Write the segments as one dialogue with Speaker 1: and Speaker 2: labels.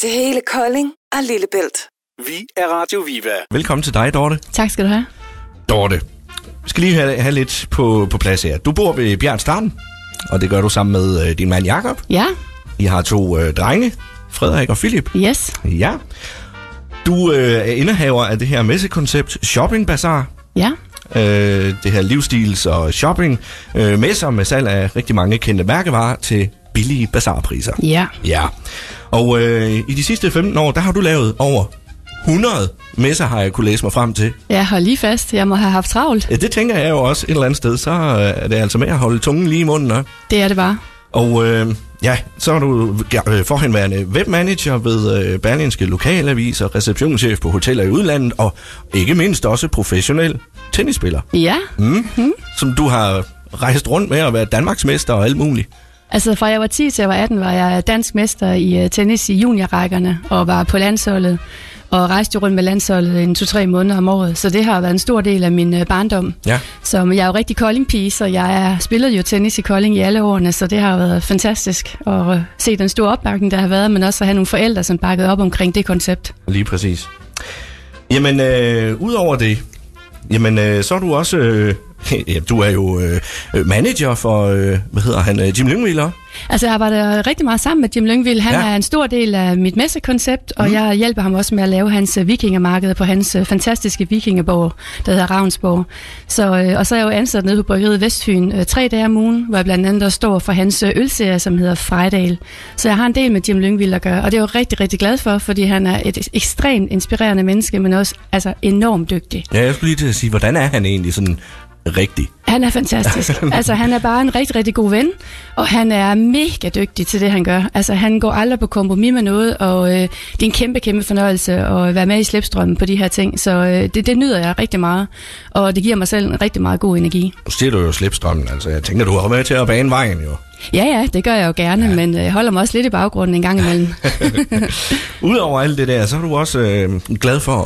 Speaker 1: til hele Kolding og Lillebælt.
Speaker 2: Vi er Radio Viva.
Speaker 3: Velkommen til dig, Dorte.
Speaker 4: Tak skal du have.
Speaker 3: Dorte, vi skal lige have, have lidt på, på plads her. Du bor ved Bjørn Starten, og det gør du sammen med øh, din mand Jakob.
Speaker 4: Ja,
Speaker 3: I har to øh, drenge, Frederik og Philip.
Speaker 4: yes,
Speaker 3: Ja. Du øh, er indehaver af det her messekoncept Shopping Bazaar.
Speaker 4: ja,
Speaker 3: Øh, det her livsstils- og shopping øh, messer med salg af rigtig mange kendte mærkevarer til billige bazarpriser.
Speaker 4: ja,
Speaker 3: Ja. Og øh, i de sidste 15 år, der har du lavet over 100 messer, har jeg kunne læse mig frem til.
Speaker 4: ja, hold lige fast. Jeg må have haft travlt.
Speaker 3: Ja, det tænker jeg jo også et eller andet sted. Så øh, er det altså med at holde tungen lige i munden. Og,
Speaker 4: Det er det bare.
Speaker 3: og øh, ja, så er du øh, forhenværende webmanager ved øh, Berlinske Lokalavis og receptionschef på hoteller i udlandet. Og ikke mindst også professionel tennisspiller, Mm-hmm.
Speaker 4: Ja,
Speaker 3: som du har rejst rundt med at være Danmarksmester og alt muligt.
Speaker 4: altså fra jeg var 10 til jeg var 18, var jeg dansk mester i øh, tennis i juniorrækkerne og var på landsholdet og rejste jo rundt med landsholdet en 2-3 måneder om året, så det har været en stor del af min øh, barndom.
Speaker 3: Ja.
Speaker 4: Som jeg er jo rigtig Kolding-pige, så jeg er, spillede jo tennis i Kolding i alle årene, så det har været fantastisk at øh, se den store opbakning, der har været, men også at have nogle forældre, som bakkede op omkring det koncept.
Speaker 3: Lige præcis. Jamen, øh, udover det, jamen, øh, så er du også... Øh, ja, du er jo øh, øh, manager for, øh, hvad hedder han, øh, Jim Lyngvild også?
Speaker 4: Altså, jeg arbejder rigtig meget sammen med Jim Lyngvild. Han
Speaker 3: Ja.
Speaker 4: ja. er en stor del af mit messekoncept, og mm. jeg hjælper ham også med at lave hans øh, vikingemarked på hans øh, fantastiske vikingeborg, der hedder Ravnsborg. Så, øh, og så er jeg jo ansat nede på bryggeriet Vestfyn øh, tre dage om ugen, hvor jeg blandt andet også står for hans øh, ølserie, som hedder Frejdal. Så jeg har en del med Jim Lyngvild at gøre, og det er jeg jo rigtig, rigtig glad for, fordi han er et ekstremt inspirerende menneske, men også altså, enormt dygtig.
Speaker 3: Ja, jeg skulle lige til at sige, hvordan er han egentlig sådan rigtig?
Speaker 4: Han er fantastisk. altså, han er bare en rigtig, rigtig god ven, og han er mega dygtig til det, han gør. Altså, han går aldrig på kompromis med noget, og øh, det er en kæmpe, kæmpe fornøjelse at være med i slæbstrømmen på de her ting. Så øh, det, det nyder jeg rigtig meget, og det giver mig selv en rigtig meget god energi.
Speaker 3: Nu siger du jo slipstrømmen, altså jeg tænker, du har været til at bane vejen jo.
Speaker 4: Ja, ja, det gør jeg jo gerne, ja. men øh, jeg holder mig også lidt i baggrunden en gang imellem.
Speaker 3: Udover alt det der, så er du også øh, glad for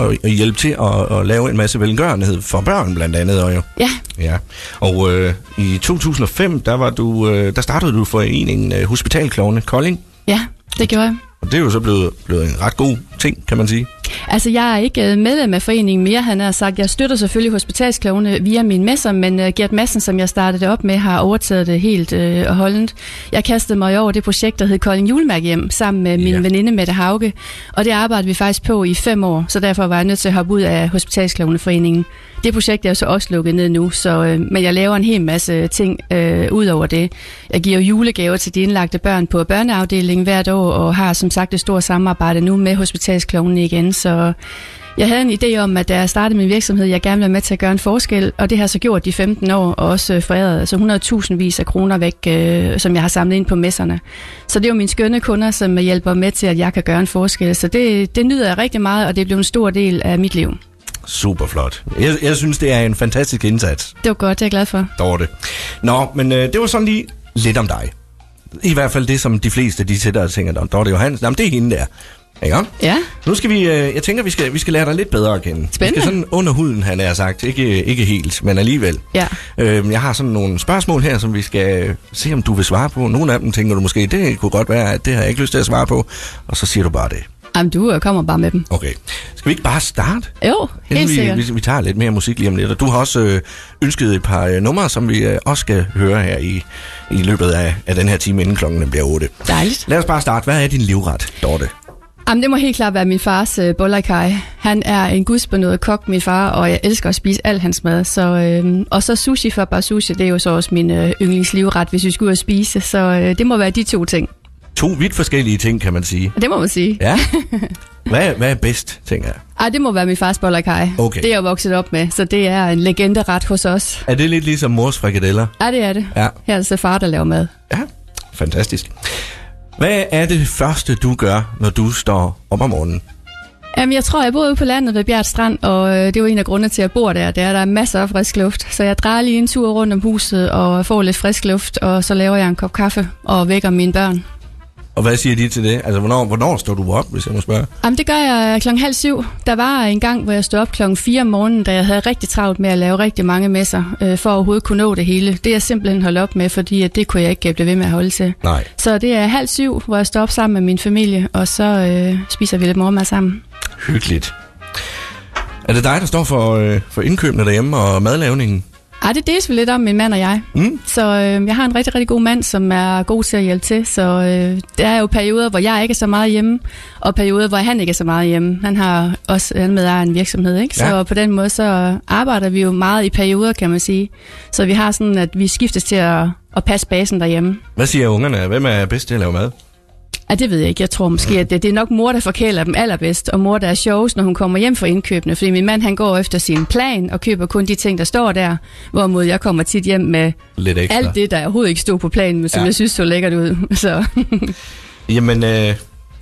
Speaker 3: at, at, at hjælpe til at, at lave en masse velgørenhed for børn blandt andet og jo.
Speaker 4: ja,
Speaker 3: Ja, og øh, i 2005, der, var du, øh, der startede du foreningen øh, Hospitalklovne Kolding,
Speaker 4: ja, det gjorde jeg.
Speaker 3: og det er jo så blevet, blevet en ret god ting, kan man sige.
Speaker 4: Altså, jeg er ikke øh, medlem af foreningen mere, han har sagt. Jeg støtter selvfølgelig hospitalsklovene via min messer, men uh, Gert Madsen, som jeg startede det op med, har overtaget det helt øh, og holdent. Jeg kastede mig over det projekt, der hed Kolding Julemærk hjem, sammen med min
Speaker 3: Ja.
Speaker 4: ja. veninde Mette Hauge, og det arbejdede vi faktisk på i fem år, så derfor var jeg nødt til at hoppe ud af hospitalsklovneforeningen. Det projekt er jo så også lukket ned nu, så, øh, men jeg laver en hel masse ting øh, ud over det. Jeg giver jo julegaver til de indlagte børn på børneafdelingen hvert år, og har som sagt et stort samarbejde nu med hospitalsklovnene igen, så jeg havde en idé om, at da jeg startede min virksomhed, jeg gerne ville være med til at gøre en forskel, og det har jeg så gjort de 15 år, og også øh, foræret altså 100.000 vis af kroner væk, øh, som jeg har samlet ind på messerne. Så det er jo mine skønne kunder, som hjælper med til, at jeg kan gøre en forskel. Så det, det nyder jeg rigtig meget, og det blev en stor del af mit liv.
Speaker 3: Super flot. Jeg, jeg synes, det er en fantastisk indsats.
Speaker 4: Det var godt, det er jeg glad for.
Speaker 3: Dorte. Nå, men øh, det var sådan lige lidt om dig. I hvert fald det, som de fleste de sætter og tænker, "Nå, Dorte Johansen, jamen det er hende der. Ikke?
Speaker 4: Ja,
Speaker 3: Nu skal vi, øh, jeg tænker, vi skal, vi skal lære dig lidt bedre at kende. Vi
Speaker 4: Spændende.
Speaker 3: skal sådan under huden, han er sagt. Ikke, ikke helt, men alligevel.
Speaker 4: Ja.
Speaker 3: Øhm, jeg har sådan nogle spørgsmål her, som vi skal øh, se, om du vil svare på. Nogle af dem tænker du måske, det kunne godt være, at det har jeg ikke lyst til at svare på. Og så siger du bare det.
Speaker 4: Jamen, du øh, kommer bare med dem.
Speaker 3: Okay. Skal vi ikke bare starte?
Speaker 4: Jo, helt
Speaker 3: Inden vi,
Speaker 4: sikkert.
Speaker 3: vi, vi tager lidt mere musik lige om lidt, og du har også øh, ønsket et par øh, numre, som vi øh, også skal høre her i, i løbet af, af den her time, inden klokken øh, bliver 8.
Speaker 4: Dejligt.
Speaker 3: Lad os bare starte. Hvad er din livret, Dorte?
Speaker 4: Jamen, det må helt klart være min fars øh, boller i kaj. Han er en gudsbenået kok, min far, og jeg elsker at spise al hans mad. Så, øh, og så sushi for bare sushi, det er jo så også min øh, yndlingslivret, hvis vi skulle ud og spise. Så øh, det må være de to ting.
Speaker 3: To vidt forskellige ting, kan man sige.
Speaker 4: Og Det må man sige.
Speaker 3: Ja. Hvad, hvad er bedst, tænker jeg?
Speaker 4: Ej, det må være min fars boller i kaj.
Speaker 3: Okay.
Speaker 4: Det er jeg vokset op med, så det er en legenderet hos os.
Speaker 3: Er det lidt ligesom mors frikadeller?
Speaker 4: Ja, det er det.
Speaker 3: Ja.
Speaker 4: Her er det så far, der laver mad.
Speaker 3: Ja, fantastisk. Hvad er det første, du gør, når du står op om morgenen?
Speaker 4: Jamen, jeg tror, jeg bor ude på landet ved Bjert Strand, og øh, det er jo en af grundene til, at jeg bor der. Det er, at der er masser af frisk luft. Så jeg drejer lige en tur rundt om huset og får lidt frisk luft, og så laver jeg en kop kaffe og vækker mine børn.
Speaker 3: Og hvad siger de til det? Altså, hvornår, hvornår står du op, hvis jeg må spørge?
Speaker 4: Jamen, det gør jeg øh, klokken halv syv. Der var en gang, hvor jeg stod op klokken 4 om morgenen, da jeg havde rigtig travlt med at lave rigtig mange messer, øh, for at overhovedet kunne nå det hele. Det er jeg simpelthen holdt op med, fordi at det kunne jeg ikke blive ved med at holde til.
Speaker 3: Nej.
Speaker 4: Så det er halv syv, hvor jeg står op sammen med min familie, og så øh, spiser vi lidt morgenmad sammen.
Speaker 3: Hyggeligt. Er det dig, der står for, øh, for indkøbene derhjemme og madlavningen?
Speaker 4: Ej, det deles vi lidt om, min mand og jeg.
Speaker 3: Mm.
Speaker 4: Så øh, jeg har en rigtig, rigtig god mand, som er god til at hjælpe til. Så øh, der er jo perioder, hvor jeg ikke er så meget hjemme, og perioder, hvor han ikke er så meget hjemme. Han har også han med en virksomhed, ikke? Så
Speaker 3: Ja.
Speaker 4: på den måde, så arbejder vi jo meget i perioder, kan man sige. Så vi har sådan, at vi skiftes til at, at passe basen derhjemme.
Speaker 3: Hvad siger ungerne? Hvem er bedst til at lave mad?
Speaker 4: Ja, det ved jeg ikke. Jeg tror måske, at det, det er nok mor, der forkæler dem allerbedst, og mor, der er sjovest, når hun kommer hjem fra indkøbene. Fordi min mand, han går efter sin plan og køber kun de ting, der står der. Hvorimod jeg kommer tit hjem med
Speaker 3: Lidt ekstra.
Speaker 4: alt det, der overhovedet ikke stod på planen, men som
Speaker 3: Ja.
Speaker 4: ja. jeg synes så lækkert ud. Så
Speaker 3: Jamen, øh,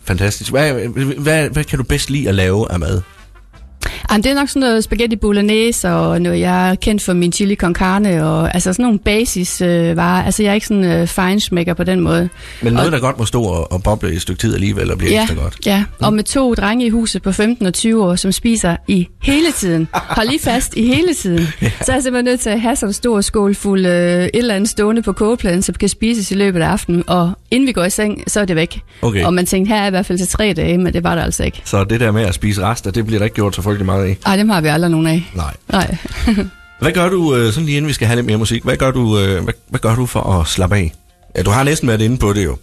Speaker 3: fantastisk. Hvad, hvad, hvad kan du bedst lide at lave af mad?
Speaker 4: Jamen, det er nok sådan noget spaghetti bolognese, og noget, jeg er kendt for min chili con carne, og altså sådan nogle basis øh, varer. Altså, jeg er ikke sådan øh, feinschmecker på den måde.
Speaker 3: Men noget, der godt må stå og, og boble i et stykke tid alligevel og blive
Speaker 4: Ja,
Speaker 3: ekstra godt.
Speaker 4: ja, og med to drenge i huset på 15 og 20 år, som spiser i hele tiden. Hold lige fast, i hele tiden. ja. Så er jeg simpelthen nødt til at have sådan en stor skål fuld øh, et eller andet stående på kogepladen, som kan spises i løbet af aftenen. Og inden vi går i seng, så er det væk.
Speaker 3: Okay.
Speaker 4: Og man tænkte, her er i hvert fald til tre dage, men det var der altså ikke.
Speaker 3: Så det der med at spise rester, det bliver der ikke gjort så frygtelig meget af.
Speaker 4: Ej, dem har vi aldrig nogen af.
Speaker 3: Nej.
Speaker 4: Nej.
Speaker 3: Hvad gør du, øh, sådan lige inden vi skal have lidt mere musik, hvad gør du, øh, hvad, hvad gør du for at slappe af? Ja, du har næsten været inde på det jo.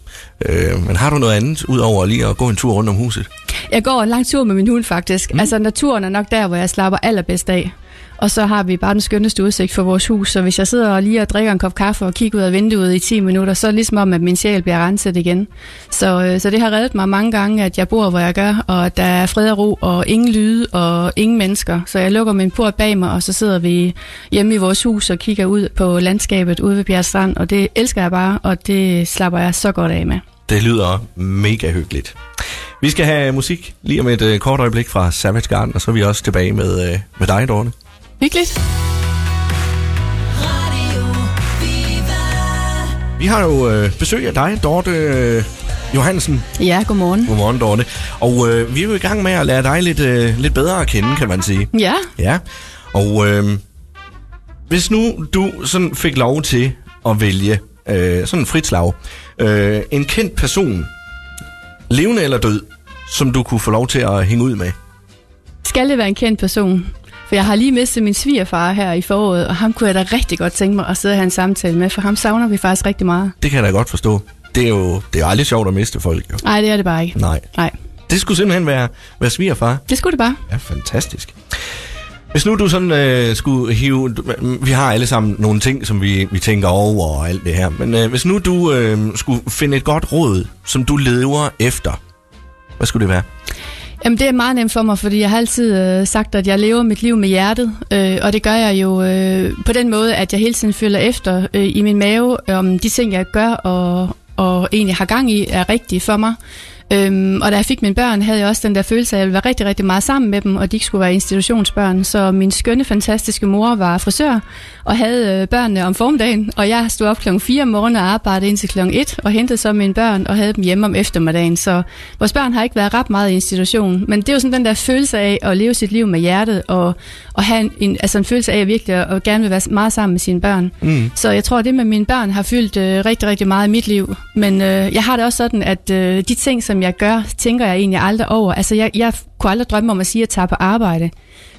Speaker 3: Øh, men har du noget andet, udover lige at gå en tur rundt om huset?
Speaker 4: Jeg går en lang tur med min hund faktisk. Mm. Altså naturen er nok der, hvor jeg slapper allerbedst af. Og så har vi bare den skønneste udsigt for vores hus, så hvis jeg sidder og lige og drikker en kop kaffe og kigger ud af vinduet i 10 minutter, så er det ligesom om, at min sjæl bliver renset igen. Så, øh, så det har reddet mig mange gange, at jeg bor, hvor jeg gør, og at der er fred og ro, og ingen lyde, og ingen mennesker. Så jeg lukker min port bag mig, og så sidder vi hjemme i vores hus og kigger ud på landskabet ude ved Bjerg Strand, og det elsker jeg bare, og det slapper jeg så godt af med.
Speaker 3: Det lyder mega hyggeligt. Vi skal have musik lige om et øh, kort øjeblik fra Savage Garden, og så er vi også tilbage med, øh, med dig, Dorte.
Speaker 4: Hyggeligt!
Speaker 5: Radio Viva.
Speaker 3: Vi har jo øh, besøg af dig, Dorte øh, Johansen.
Speaker 4: Ja, godmorgen.
Speaker 3: Godmorgen, Dorte. Og øh, vi er jo i gang med at lære dig lidt, øh, lidt bedre at kende, kan man sige.
Speaker 4: Ja,
Speaker 3: Ja, og øh, hvis nu du sådan fik lov til at vælge øh, sådan en frit slag, øh, en kendt person, levende eller død, som du kunne få lov til at hænge ud med.
Speaker 4: Skal det være en kendt person? For jeg har lige mistet min svigerfar her i foråret, og ham kunne jeg da rigtig godt tænke mig at sidde og have en samtale med, for ham savner vi faktisk rigtig meget.
Speaker 3: Det kan jeg da godt forstå. Det er jo det er jo aldrig sjovt at miste folk, jo.
Speaker 4: Nej, det er det bare ikke.
Speaker 3: Nej.
Speaker 4: Nej,
Speaker 3: Det skulle simpelthen være, være svigerfar.
Speaker 4: det skulle det bare.
Speaker 3: Ja, fantastisk. Hvis nu du sådan øh, skulle hive... Vi har alle sammen nogle ting, som vi, vi tænker over og alt det her. Men øh, hvis nu du øh, skulle finde et godt råd, som du lever efter, hvad skulle det være?
Speaker 4: Jamen, det er meget nemt for mig, fordi jeg har altid øh, sagt, at jeg lever mit liv med hjertet, øh, og det gør jeg jo øh, på den måde, at jeg hele tiden følger efter øh, i min mave, om de ting, jeg gør og, og egentlig har gang i, er rigtige for mig. Øhm, og da jeg fik mine børn, havde jeg også den der følelse af, at jeg ville være rigtig, rigtig meget sammen med dem, og de ikke skulle være institutionsbørn. Så min skønne, fantastiske mor var frisør og havde øh, børnene om formiddagen, og jeg stod op klokken 4 om morgenen og arbejdede indtil klokken 1 og hentede så mine børn og havde dem hjemme om eftermiddagen. Så vores børn har ikke været ret meget i institutionen, men det er jo sådan den der følelse af at leve sit liv med hjertet og, og have en, en, altså en følelse af at virkelig at, at gerne vil være meget sammen med sine børn. Mm. Så jeg tror, at det med mine børn har fyldt øh, rigtig, rigtig meget i mit liv. Men øh, jeg har det også sådan, at øh, de ting, som jeg gør, tænker jeg egentlig aldrig over. Altså jeg, jeg kunne aldrig drømme om at sige, at jeg tager på arbejde.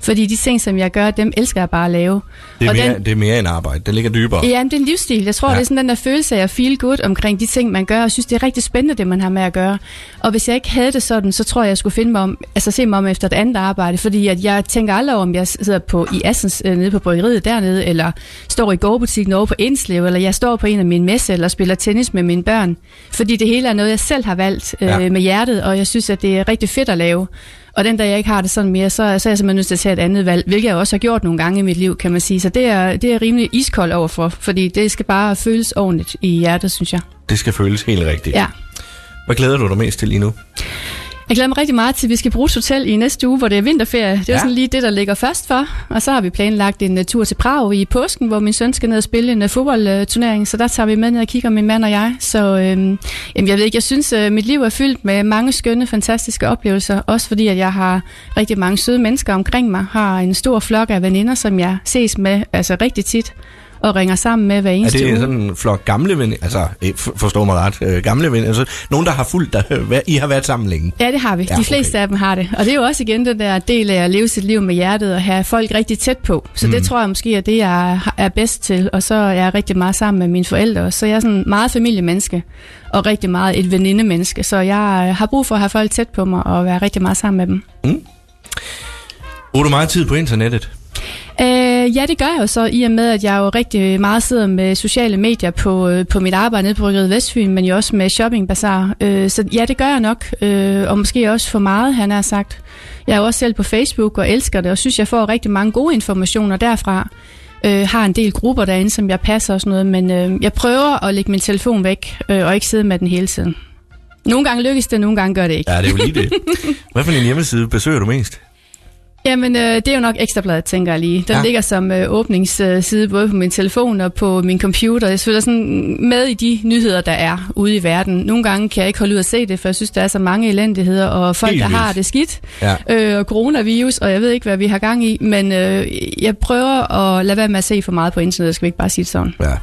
Speaker 4: Fordi de ting, som jeg gør, dem elsker jeg bare at lave.
Speaker 3: Det er,
Speaker 4: og den-
Speaker 3: mere, det er mere end arbejde. Det ligger dybere.
Speaker 4: Ja, men det er en livsstil. Jeg tror,
Speaker 3: Ja.
Speaker 4: ja. det er sådan den der følelse af at feel good omkring de ting, man gør, og jeg synes, det er rigtig spændende, det man har med at gøre. Og hvis jeg ikke havde det sådan, så tror jeg, jeg skulle finde mig om, altså se mig om efter et andet arbejde, fordi at jeg tænker aldrig over, om jeg sidder på, i Assens øh, nede på bryggeriet dernede, eller står i gårdbutikken over på Indslev, eller jeg står på en af mine messe, eller spiller tennis med mine børn. Fordi det hele er noget, jeg selv har valgt øh,
Speaker 3: Ja.
Speaker 4: ja. med hjertet, og jeg synes, at det er rigtig fedt at lave. Og den dag jeg ikke har det sådan mere, så, så er jeg simpelthen nødt til at tage et andet valg, hvilket jeg også har gjort nogle gange i mit liv, kan man sige. Så det er, det er jeg rimelig iskold overfor, fordi det skal bare føles ordentligt i hjertet, synes jeg.
Speaker 3: Det skal føles helt rigtigt.
Speaker 4: Ja.
Speaker 3: Hvad glæder du dig mest til lige nu?
Speaker 4: Jeg glæder mig rigtig meget til, at vi skal bruge et hotel i næste uge, hvor det er vinterferie. Det
Speaker 3: Ja.
Speaker 4: er ja. sådan lige det, der ligger først for. Og så har vi planlagt en uh, tur til Prag i påsken, hvor min søn skal ned og spille en uh, fodboldturnering. Så der tager vi med ned og kigger, min mand og jeg. Så øhm, jamen, jeg ved ikke, jeg synes, uh, mit liv er fyldt med mange skønne, fantastiske oplevelser. Også fordi, at jeg har rigtig mange søde mennesker omkring mig. Har en stor flok af veninder, som jeg ses med altså rigtig tit og ringer sammen med hver
Speaker 3: Er
Speaker 4: eneste uge.
Speaker 3: det sådan en flok gamle venner? Altså, øh, f- forstå mig ret. Øh, gamle venner. Altså, nogen, der har fulgt dig. Hva- I har været sammen længe.
Speaker 4: Ja, det har vi.
Speaker 3: Ja,
Speaker 4: Ja, de fleste
Speaker 3: okay.
Speaker 4: okay. af dem har det. Og det er jo også igen den der del af at leve sit liv med hjertet og have folk rigtig tæt på. Så mm. det tror jeg måske er det, jeg er bedst til. Og så er jeg rigtig meget sammen med mine forældre. også. Så jeg er sådan meget familiemenneske og rigtig meget et venindemenneske. Så jeg øh, har brug for at have folk tæt på mig og være rigtig meget sammen med dem.
Speaker 3: Bruger du meget tid på internettet?
Speaker 4: Øh, ja, det gør jeg jo så, i og med, at jeg jo rigtig meget sidder med sociale medier på, øh, på mit arbejde nede på Røgeriet Vestfyn, men jo også med Shopping Bazaar. Øh, så ja, det gør jeg nok, øh, og måske også for meget, han har sagt. Jeg er jo også selv på Facebook og elsker det, og synes, jeg får rigtig mange gode informationer derfra. Øh, har en del grupper derinde, som jeg passer og sådan noget, men øh, jeg prøver at lægge min telefon væk, øh, og ikke sidde med den hele tiden. Nogle gange lykkes det, nogle gange gør det ikke.
Speaker 3: Ja, det er jo lige det. Hvad for en hjemmeside besøger du mest?
Speaker 4: Jamen, øh, det er jo nok Ekstrabladet, tænker jeg lige. Den
Speaker 3: Ja.
Speaker 4: ja. ligger som øh, åbningsside både på min telefon og på min computer. Jeg følger sådan med i de nyheder, der er ude i verden. Nogle gange kan jeg ikke holde ud at se det, for jeg synes, der er så mange elendigheder, og folk,
Speaker 3: Helt
Speaker 4: der har
Speaker 3: vildt.
Speaker 4: det skidt.
Speaker 3: Ja.
Speaker 4: Øh, og coronavirus, og jeg ved ikke, hvad vi har gang i. Men øh, jeg prøver at lade være med at se for meget på internettet, skal vi ikke bare sige det sådan.
Speaker 3: Ja.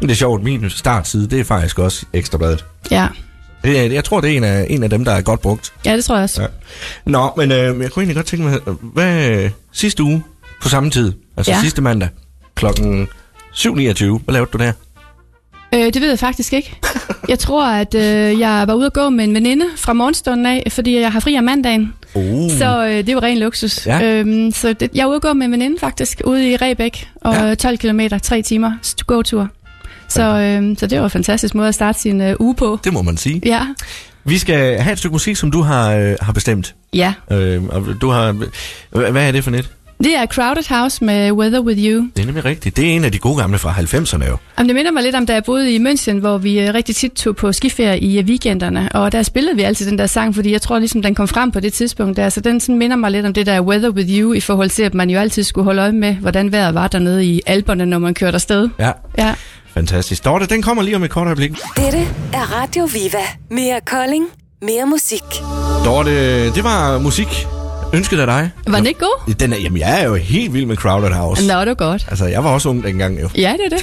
Speaker 3: Men det er sjovt, min startside, det er faktisk også Ekstrabladet.
Speaker 4: Ja,
Speaker 3: Det er, jeg tror, det er en af, en af dem, der er godt brugt.
Speaker 4: ja det tror jeg også.
Speaker 3: Ja. Nå, men øh, jeg kunne egentlig godt tænke mig, hvad øh, sidste uge på samme tid, altså ja.
Speaker 4: Ja.
Speaker 3: sidste mandag klokken 7.29, hvad lavede du der?
Speaker 4: Øh, det ved jeg faktisk ikke. Jeg tror, at øh, jeg var ude at gå med en veninde fra morgenstunden af, fordi jeg har fri om mandagen.
Speaker 3: Uh.
Speaker 4: Så øh, det er jo ren luksus.
Speaker 3: Ja.
Speaker 4: Ja. Øhm, så det, jeg er ude at gå med en veninde faktisk, ude i Rebæk, og
Speaker 3: Ja.
Speaker 4: ja. 12 km, 3 timer st- gåtur. Så, øh, så det var en fantastisk måde at starte sin øh, uge på.
Speaker 3: Det må man sige.
Speaker 4: Ja,
Speaker 3: Vi skal have et stykke musik, som du har, øh, har bestemt.
Speaker 4: ja.
Speaker 3: Øh, og du har, hva- hvad er det for net?
Speaker 4: Det er Crowded House med Weather With You.
Speaker 3: Det er nemlig rigtigt. Det er en af de gode gamle fra 90'erne jo.
Speaker 4: Jamen, det minder mig lidt om, da jeg boede i München, hvor vi øh, rigtig tit tog på skiferie i øh, weekenderne. Og der spillede vi altid den der sang, fordi jeg tror ligesom, den kom frem på det tidspunkt der. Så den sådan minder mig lidt om det der Weather With You, i forhold til, at man jo altid skulle holde øje med, hvordan vejret var dernede i alberne, når man kørte afsted.
Speaker 3: Ja.
Speaker 4: Ja.
Speaker 3: Fantastisk. Dorte, den kommer lige om et kort øjeblik.
Speaker 1: Dette er Radio Viva. Mere Kolding, mere musik.
Speaker 3: Dorte, det var musik ønsket af dig.
Speaker 4: Var den ikke god?
Speaker 3: Den er, jamen, jeg er jo helt vild med Crowded House.
Speaker 4: Nå, det var godt.
Speaker 3: Altså, jeg var også ung dengang jo.
Speaker 4: Ja, det er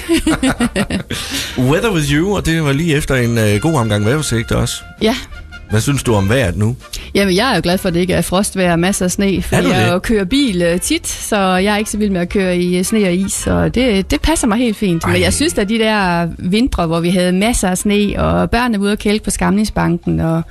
Speaker 4: det.
Speaker 3: Weather With You, og det var lige efter en øh, god omgang vejrudsigt også.
Speaker 4: ja.
Speaker 3: Hvad synes du om vejret nu?
Speaker 4: Jamen, jeg er jo glad for, at det ikke er frostvejr og masser af sne, for
Speaker 3: Er du det?
Speaker 4: jeg jo kører bil øh, tit, så jeg er ikke så vild med at køre i øh, sne og is, og det, det passer mig helt fint. Ej.
Speaker 3: Ej.
Speaker 4: Men jeg synes, at de der vintre, hvor vi havde masser af sne, og børnene var ude og kælke på skamningsbanken, og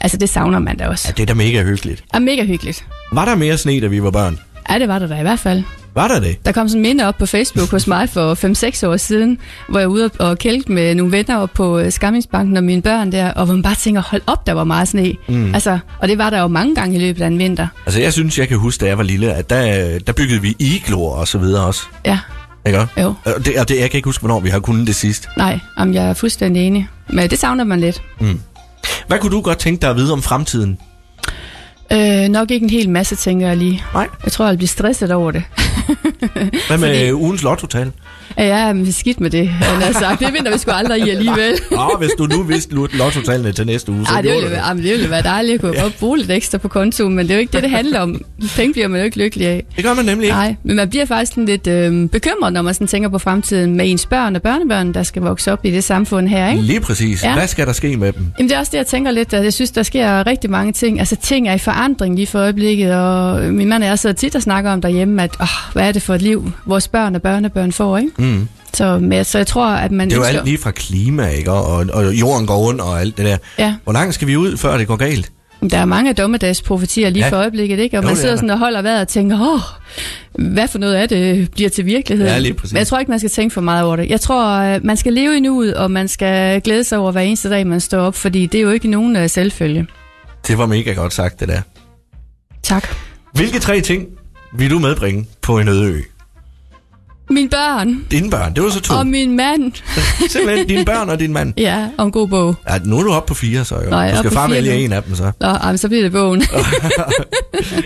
Speaker 4: altså, det savner man da også.
Speaker 3: Ja, det er da mega hyggeligt.
Speaker 4: Og mega hyggeligt.
Speaker 3: Var der mere sne, da vi var børn?
Speaker 4: Ja, det var der da i hvert fald.
Speaker 3: Var der det?
Speaker 4: Der kom sådan en minde op på Facebook hos mig for 5-6 år siden, hvor jeg var ude og kælte med nogle venner op på øh, Skamlingsbanken og mine børn der, og hvor man bare tænker, hold op, der var meget sne. Mm. Altså, og det var der jo mange gange i løbet af en vinter.
Speaker 3: Altså, jeg synes, jeg kan huske, da jeg var lille, at der, øh, der byggede vi igloer og så videre også.
Speaker 4: Ja,
Speaker 3: Ikke også?
Speaker 4: jo.
Speaker 3: Og det, og det, jeg kan ikke huske, hvornår vi har kunnet det sidst.
Speaker 4: Nej, jamen, jeg er fuldstændig enig. Men det savner man lidt.
Speaker 3: Hvad kunne du godt tænke dig at vide om fremtiden?
Speaker 4: Øh, nok ikke en hel masse, tænker jeg lige.
Speaker 3: Nej.
Speaker 4: Jeg tror, jeg bliver stresset over det.
Speaker 3: Hvad med
Speaker 4: Fordi-
Speaker 3: Fordi... ugens lottotal?
Speaker 4: Ja, jeg er skidt med det, han har sagt. Det vinder vi sgu aldrig i alligevel.
Speaker 3: Nå, Ah, hvis du nu vidste lottotalene til næste uge, så
Speaker 4: Ej, det
Speaker 3: gjorde
Speaker 4: ville,
Speaker 3: du
Speaker 4: være, jamen, det ville være dejligt at kunne ja. godt bruge lidt ekstra på kontoen, men det er jo ikke det, det handler om. Penge bliver man jo ikke lykkelig af.
Speaker 3: det. Det gør man nemlig ikke.
Speaker 4: Nej, men man bliver faktisk sådan lidt øh, bekymret, når man sådan tænker på fremtiden med ens børn og børnebørn, der skal vokse op i det samfund her, ikke?
Speaker 3: Lige præcis. Ja.
Speaker 4: Ja.
Speaker 3: Hvad skal der ske med dem?
Speaker 4: Jamen, det er også det, jeg tænker lidt. at Jeg synes, der sker rigtig mange ting. Altså, ting er i forandring lige for øjeblikket, og øh, min mand og jeg sidder tit og snakker om derhjemme, at åh, hvad er det for et liv, vores børn og børnebørn får, ikke? Mm. Så, men, jeg- så jeg tror, at man...
Speaker 3: Det er jo
Speaker 4: ønsker-
Speaker 3: alt lige fra klima, ikke? Og, og, og jorden går under og alt det der.
Speaker 4: Ja.
Speaker 3: Hvor langt skal vi ud, før det går galt?
Speaker 4: Der er mange dommedagsprofetier lige
Speaker 3: Ja.
Speaker 4: ja. for øjeblikket, ikke? Og
Speaker 3: Jo,
Speaker 4: man
Speaker 3: det er
Speaker 4: sidder
Speaker 3: der.
Speaker 4: sådan og holder vejret og tænker, åh, hvad for noget af det bliver til virkelighed?
Speaker 3: Ja, lige præcis.
Speaker 4: Men jeg tror ikke, man skal tænke for meget over det. Jeg tror, øh, man skal leve i nuet, og man skal glæde sig over hver eneste dag, man står op, fordi det er jo ikke nogen øh, selvfølge.
Speaker 3: Det var mega godt sagt, det der.
Speaker 4: Tak.
Speaker 3: Hvilke tre ting vil du medbringe på en øde ø?
Speaker 4: Mine børn
Speaker 3: Dine børn, det var så to.
Speaker 4: og min mand.
Speaker 3: Simpelthen dine børn og din mand.
Speaker 4: Ja, og en god bog.
Speaker 3: Ja, nu er du oppe på fire, så jo.
Speaker 4: Nå, jeg er
Speaker 3: du skal
Speaker 4: oppe på
Speaker 3: far
Speaker 4: fire
Speaker 3: vælge
Speaker 4: nu.
Speaker 3: en af dem, så.
Speaker 4: Nå, jamen, så bliver det bogen.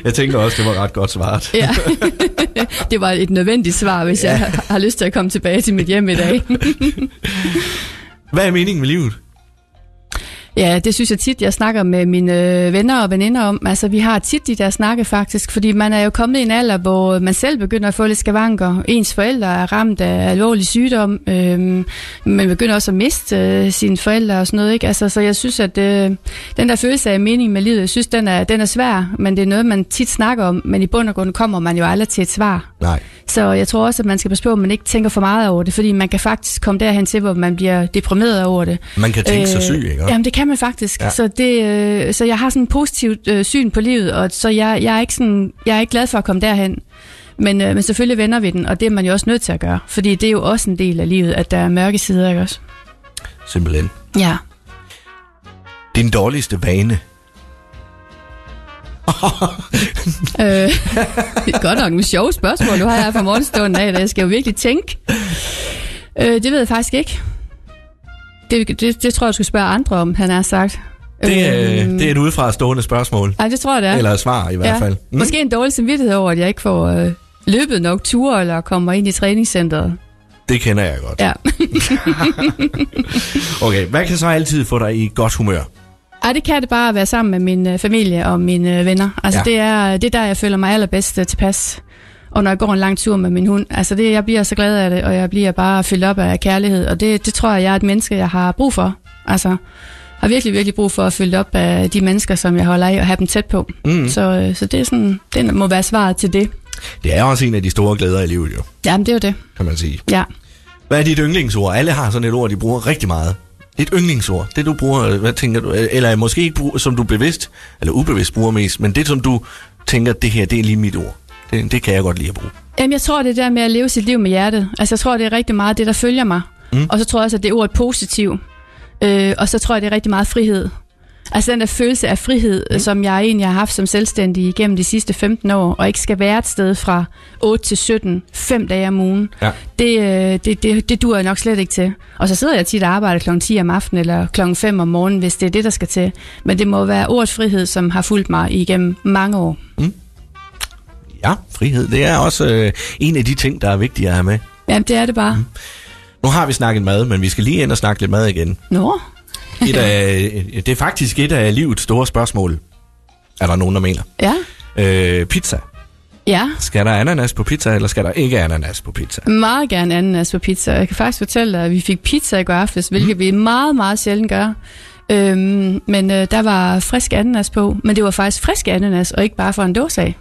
Speaker 3: Jeg tænkte også, det var ret godt svaret.
Speaker 4: Ja. det var et nødvendigt svar, hvis ja. jeg har- har lyst til at komme tilbage til mit hjem i dag.
Speaker 3: Hvad er meningen med livet?
Speaker 4: Ja, det synes jeg tit, jeg snakker med mine øh, venner og veninder om. Altså, vi har tit de der snakke faktisk, fordi man er jo kommet i en alder, hvor man selv begynder at få lidt skavanker. Ens forældre er ramt af alvorlig sygdom. Øhm, man begynder også at miste øh, sine forældre og sådan noget, ikke? Altså, så jeg synes, at øh, den der følelse af mening med livet, jeg synes, den er, den er svær, men det er noget, man tit snakker om. Men i bund og grund kommer man jo aldrig til et svar.
Speaker 3: Nej.
Speaker 4: Så jeg tror også, at man skal passe på, at man ikke tænker for meget over det, fordi man kan faktisk komme derhen til, hvor man bliver deprimeret over det.
Speaker 3: Man kan tænke øh, sig syg, ikke?
Speaker 4: Jamen, det kan man faktisk.
Speaker 3: Ja.
Speaker 4: Ja. Så, det, øh, så jeg har sådan en positivt øh, syn på livet, og så jeg, jeg, er ikke sådan, jeg er ikke glad for at komme derhen. Men, øh, men selvfølgelig vender vi den, og det er man jo også nødt til at gøre, fordi det er jo også en del af livet, at der er mørke sider, ikke også?
Speaker 3: Simpelthen.
Speaker 4: Ja.
Speaker 3: Din dårligste vane.
Speaker 4: Øh, det er godt nok nogle sjove spørgsmål, du har jeg fra morgenstunden af, da jeg skal jo virkelig tænke. Øh, det ved jeg faktisk ikke. Det, det, det tror jeg, du skal spørge andre om, han har sagt.
Speaker 3: Det, øh, det er et udefra-stående spørgsmål.
Speaker 4: Ej, det tror jeg, det er.
Speaker 3: Ja. Eller svar i hvert fald.
Speaker 4: Mm. Måske en dårlig samvittighed over, at jeg ikke får øh, løbet nok ture, eller kommer ind i træningscenteret.
Speaker 3: Det kender jeg godt.
Speaker 4: Ja.
Speaker 3: Okay, hvad kan så altid få dig i godt humør?
Speaker 4: Ej, det kan det bare at være sammen med min øh, familie og mine øh, venner. Altså,
Speaker 3: Ja.
Speaker 4: ja. det, er, det er der, jeg føler mig allerbedst øh, tilpas. Og når jeg går en lang tur med min hund, altså det, jeg bliver så glad af det, og jeg bliver bare fyldt op af kærlighed. Og det, det tror jeg, jeg er et menneske, jeg har brug for. Altså, har virkelig, virkelig brug for at fylde op af de mennesker, som jeg holder af, og have dem tæt på. Mm. Så, øh, så det, er sådan, det må være svaret til det.
Speaker 3: Det er også en af de store glæder i livet, jo,
Speaker 4: Jamen, det er jo det.
Speaker 3: kan man sige.
Speaker 4: Ja.
Speaker 3: Hvad er dit yndlingsord? Alle har sådan et ord, de bruger rigtig meget. Dit yndlingsord, det du bruger, øh, hvad tænker du, øh, eller måske ikke brug, som du bevidst, eller ubevidst bruger mest, men det som du tænker, det her, det er lige mit ord. Det, det kan jeg godt lide at bruge.
Speaker 4: Jamen, jeg tror, det er det der med at leve sit liv med hjertet. Altså, jeg tror, det er rigtig meget det, der følger mig. Mm. Og så tror jeg også, at det er ordet positiv. Øh, og så tror jeg, det er rigtig meget frihed. Altså den der følelse af frihed, mm. som jeg egentlig har haft som selvstændig igennem de sidste 15 år, og ikke skal være et sted fra 8 til 17, 5 dage om ugen,
Speaker 3: Ja.
Speaker 4: det, øh, det, det, det dur jeg nok slet ikke til. Og så sidder jeg tit og arbejder kl. 10 om aftenen eller kl. 5 om morgenen, hvis det er det, der skal til. Men det må være ordet frihed, som har fulgt mig igennem mange år.
Speaker 3: Ja, frihed, det er også øh, en af de ting, der er vigtige at have med.
Speaker 4: Jamen, det er det bare. Mm.
Speaker 3: Nu har vi snakket mad, men vi skal lige ind og snakke lidt mad igen.
Speaker 4: Nå,
Speaker 3: Et af, øh, det er faktisk et af livets store spørgsmål, er der nogen, der mener.
Speaker 4: ja,
Speaker 3: Øh, pizza.
Speaker 4: ja.
Speaker 3: Skal der ananas på pizza, eller skal der ikke ananas på pizza?
Speaker 4: Meget gerne ananas på pizza. Jeg kan faktisk fortælle dig, at vi fik pizza i går aftes, hvilket mm. vi meget, meget sjældent gør. Øhm, men øh, der var frisk ananas på, men det var faktisk frisk ananas, og ikke bare fra en dåse af.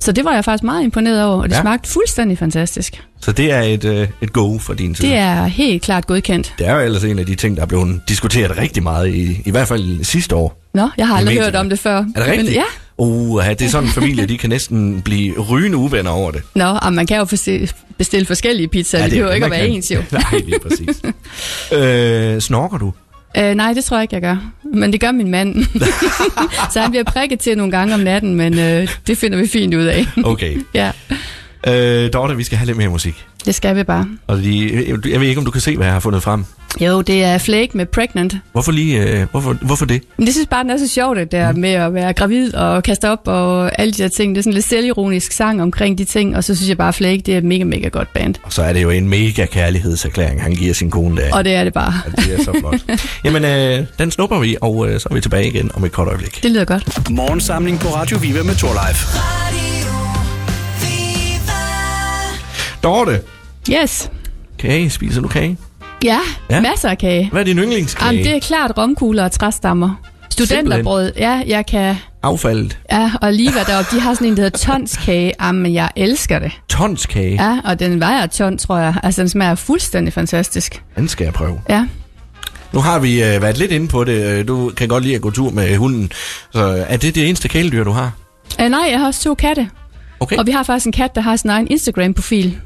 Speaker 4: Så det var jeg faktisk meget imponeret over, og det
Speaker 3: Ja.
Speaker 4: ja. smagte fuldstændig fantastisk.
Speaker 3: Så det er et, øh, et go for din side.
Speaker 4: Det er helt klart godkendt.
Speaker 3: Det er jo ellers en af de ting, der er blevet diskuteret rigtig meget, i, i hvert fald sidste år.
Speaker 4: Nå, jeg har
Speaker 3: I
Speaker 4: aldrig hørt
Speaker 3: medierne.
Speaker 4: om det før.
Speaker 3: Er det rigtigt?
Speaker 4: Men, ja.
Speaker 3: Uh, det er sådan en familie, de kan næsten blive rygende uvenner over det.
Speaker 4: Nå, og man kan jo forse- bestille forskellige pizzaer, ja, det, det behøver ikke at være
Speaker 3: man
Speaker 4: ens jo.
Speaker 3: Nej, lige præcis. øh, snorker du?
Speaker 4: Øh, nej, det tror jeg ikke, jeg gør. Men det gør min mand. så han bliver prikket til nogle gange om natten, men øh, det finder vi fint ud af.
Speaker 3: Okay.
Speaker 4: ja.
Speaker 3: øh, Dorte, vi skal have lidt mere musik.
Speaker 4: Det skal vi bare.
Speaker 3: Og de, jeg ved ikke, om du kan se, hvad jeg har fundet frem.
Speaker 4: Jo, det er Flake med Pregnant.
Speaker 3: Hvorfor lige, øh, hvorfor, hvorfor det?
Speaker 4: Men det synes bare, den er så sjovt, det der med at være gravid og kaste op og alle de der ting. Det er sådan lidt selvironisk sang omkring de ting, og så synes jeg bare, Flake, det er et mega, mega godt band.
Speaker 3: Og så er det jo en mega kærlighedserklæring, han giver sin kone der.
Speaker 4: Og det er det bare.
Speaker 3: Det er så flot. Jamen, øh, den snupper vi, og øh, så er vi tilbage igen om et kort øjeblik.
Speaker 4: Det lyder godt.
Speaker 2: Morgensamling på Radio Viva med Torlife.
Speaker 5: Radio Viva.
Speaker 3: Dorte,
Speaker 4: Yes.
Speaker 3: kage, spiser du kage?
Speaker 4: Ja,
Speaker 3: Ja.
Speaker 4: ja. masser af kage.
Speaker 3: Hvad er din yndlingskage?
Speaker 4: Jamen, det er klart romkugler og træstammer. Studenterbrød, ja, jeg kan...
Speaker 3: Affaldet.
Speaker 4: Ja, og lige hvad deroppe, de har sådan en, der hedder tonskage. Jamen, jeg elsker det.
Speaker 3: Tonskage. Ja.
Speaker 4: Ja, og den vejer ton, tror jeg. Altså, den smager fuldstændig fantastisk.
Speaker 3: Den skal jeg prøve.
Speaker 4: Ja,
Speaker 3: Nu har vi øh, været lidt inde på det. Øh, Du kan godt lide at gå tur med hunden. Så er det det eneste kæledyr, du har?
Speaker 4: Øh, nej, jeg har også to katte.
Speaker 3: Okay.
Speaker 4: Og vi har faktisk en kat, der har sin egen Instagram-profil.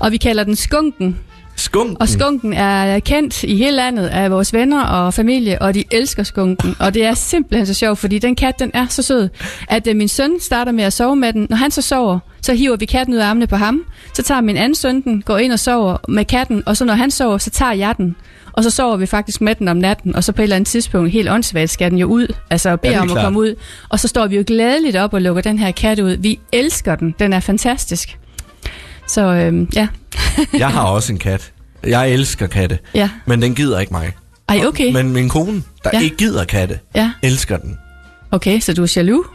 Speaker 4: og vi kalder den Skunken.
Speaker 3: Skum.
Speaker 4: Og skunken er kendt i hele landet af vores venner og familie, og de elsker skunken. Og det er simpelthen så sjovt, fordi den kat, den er så sød, at øh, min søn starter med at sove med den. Når han så sover, så hiver vi katten ud af armene på ham. Så tager min anden søn den, går ind og sover med katten, og så når han sover, så tager jeg den. Og så sover vi faktisk med den om natten, og så på et eller andet tidspunkt, helt åndssvagt, skal den jo ud, altså og beder
Speaker 3: det er
Speaker 4: ja, om at
Speaker 3: klart.
Speaker 4: komme ud. Og så står vi jo glædeligt op og lukker den her kat ud. Vi elsker den, den er fantastisk. Så øhm, ja,
Speaker 3: Jeg har også en kat. Jeg elsker katte.
Speaker 4: ja.
Speaker 3: Men den gider ikke mig.
Speaker 4: Ej, okay.
Speaker 3: Men min kone, der ja.
Speaker 4: Ja.
Speaker 3: ikke gider katte,
Speaker 4: Ja.
Speaker 3: elsker den.
Speaker 4: Okay, så du er jaloux?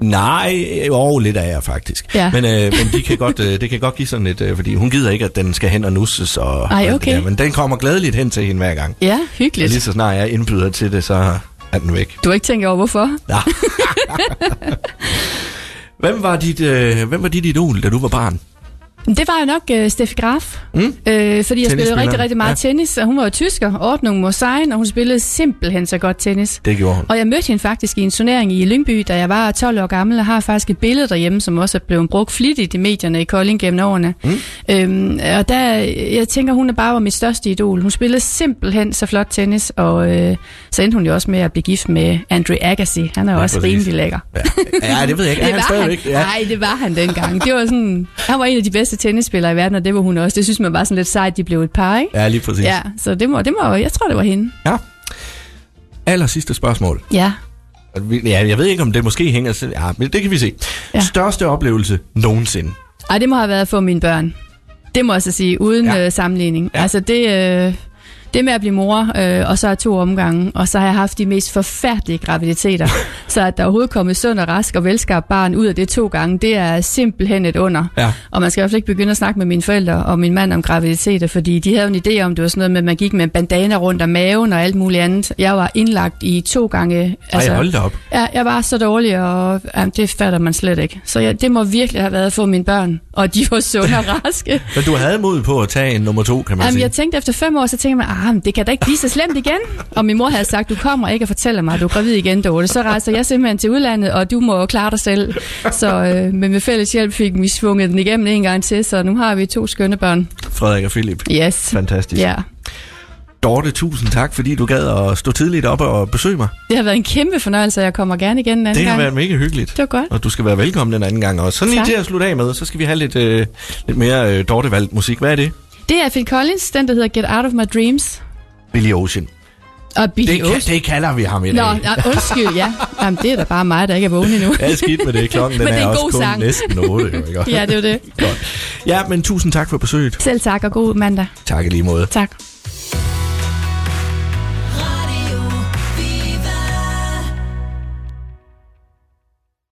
Speaker 3: Nej, jo, lidt af jeg faktisk.
Speaker 4: Ja.
Speaker 3: Men, øh, men de kan godt, øh, det kan godt give sådan lidt, øh, fordi hun gider ikke, at den skal hen og nusses. Og,
Speaker 4: Ej,
Speaker 3: og det
Speaker 4: okay.
Speaker 3: der, men den kommer glædeligt hen til hende hver gang.
Speaker 4: Ja,
Speaker 3: Og
Speaker 4: hyggeligt.
Speaker 3: lige så snart jeg indbyder til det, så er den væk.
Speaker 4: Du har ikke tænkt over, hvorfor?
Speaker 3: Ja. hvem, var dit, øh, hvem var dit idol, da du var barn?
Speaker 4: Men Det var jo nok øh, Steffi Graf, mm? øh, fordi jeg spillede rigtig, rigtig meget
Speaker 3: Ja.
Speaker 4: ja. tennis, og hun var jo tysker, Ordnung mod Sein, og hun spillede simpelthen så godt tennis.
Speaker 3: Det gjorde hun.
Speaker 4: Og jeg mødte hende faktisk i en turnering i Lyngby, da jeg var 12 år gammel, og har faktisk et billede derhjemme, som også er blevet brugt flittigt i medierne i Kolding gennem årene. Mm. Øhm, og der, jeg tænker, hun er bare var mit største idol. Hun spillede simpelthen så flot tennis, og øh, så endte hun jo også med at blive gift med Andre Agassi. Han er jo
Speaker 3: Ja,
Speaker 4: ja, også
Speaker 3: præcis.
Speaker 4: rimelig lækker.
Speaker 3: Ja, ja det ved jeg ikke. Er han
Speaker 4: Det var han.
Speaker 3: stadigvæk? Ja.
Speaker 4: Nej, det var han dengang. Det var sådan, han var en af de bedste tennisspillere i verden, og det var hun også. Det synes man var sådan lidt sejt, de blev et par, ikke?
Speaker 3: ja, lige præcis.
Speaker 4: Ja, så det må, det må, jeg tror, det var hende.
Speaker 3: ja. Aller sidste spørgsmål.
Speaker 4: Ja.
Speaker 3: Og vi- Ja, jeg ved ikke, om det måske hænger selv. Ja, men det kan vi se. Ja.
Speaker 4: Ja.
Speaker 3: Største oplevelse nogensinde.
Speaker 4: Ej, det må have været for mine børn. Det må jeg så sige, uden
Speaker 3: Ja.
Speaker 4: ja. øh, sammenligning.
Speaker 3: Ja.
Speaker 4: Ja. Altså det, øh, det med at blive mor, øh, og så er to omgange, og så har jeg haft de mest forfærdelige graviditeter. så at der overhovedet kom et sund og rask og velskabt barn ud af det to gange, det er simpelthen et under.
Speaker 3: Ja.
Speaker 4: Og man skal i hvert fald ikke begynde at snakke med mine forældre og min mand om graviditeter, fordi de havde en idé om, det var sådan noget med, at man gik med en bandana rundt om maven og alt muligt andet. Jeg var indlagt i to gange.
Speaker 3: Altså, Ej, hold da op.
Speaker 4: Ja, jeg var så dårlig, og jamen, det fatter man slet ikke. Så ja, det må virkelig have været at få mine børn, og de var sunde og raske.
Speaker 3: Men du havde mod på at tage en nummer to, kan man
Speaker 4: Jamen,
Speaker 3: sige.
Speaker 4: jeg tænkte efter fem år, så tænkte jeg, mig, ah, men det kan da ikke blive så slemt igen. Og min mor havde sagt, du kommer ikke og fortæller mig, at du er gravid igen, Dorte. Så rejser jeg simpelthen til udlandet, og du må jo klare dig selv. Så øh, men med fælles hjælp fik vi svunget den igennem en gang til, så nu har vi to skønne børn.
Speaker 3: Frederik og Philip.
Speaker 4: Yes.
Speaker 3: Fantastisk.
Speaker 4: Ja,
Speaker 3: Dorte, tusind tak, fordi du gad at stå tidligt op og besøge mig.
Speaker 4: det har været en kæmpe fornøjelse, og jeg kommer gerne igen en anden
Speaker 3: det har
Speaker 4: gang.
Speaker 3: været mega hyggeligt.
Speaker 4: Det var godt.
Speaker 3: Og du skal være velkommen den anden gang også. Sådan lige
Speaker 4: Tak.
Speaker 3: til at slutte af med, så skal vi have lidt, øh, lidt mere øh, Dorte-valgt musik. Hvad er det?
Speaker 4: Det er Phil Collins, den der hedder Get Out of My Dreams.
Speaker 3: Billy Ocean.
Speaker 4: Og Billy
Speaker 3: Det,
Speaker 4: Ocean.
Speaker 3: kan, det kalder vi ham i
Speaker 4: Nå,
Speaker 3: dag.
Speaker 4: ja, undskyld, ja. Jamen, det er da bare mig, der ikke er vågen endnu.
Speaker 3: Jeg er skidt med det. Klokken den
Speaker 4: Men det er
Speaker 3: er
Speaker 4: en
Speaker 3: også
Speaker 4: god
Speaker 3: kun
Speaker 4: sang.
Speaker 3: næsten 8. Jo, ikke?
Speaker 4: ja, det er jo det.
Speaker 3: Godt. Ja, men tusind tak for besøget.
Speaker 4: Selv tak, og god mandag.
Speaker 3: Tak i lige måde.
Speaker 4: Tak.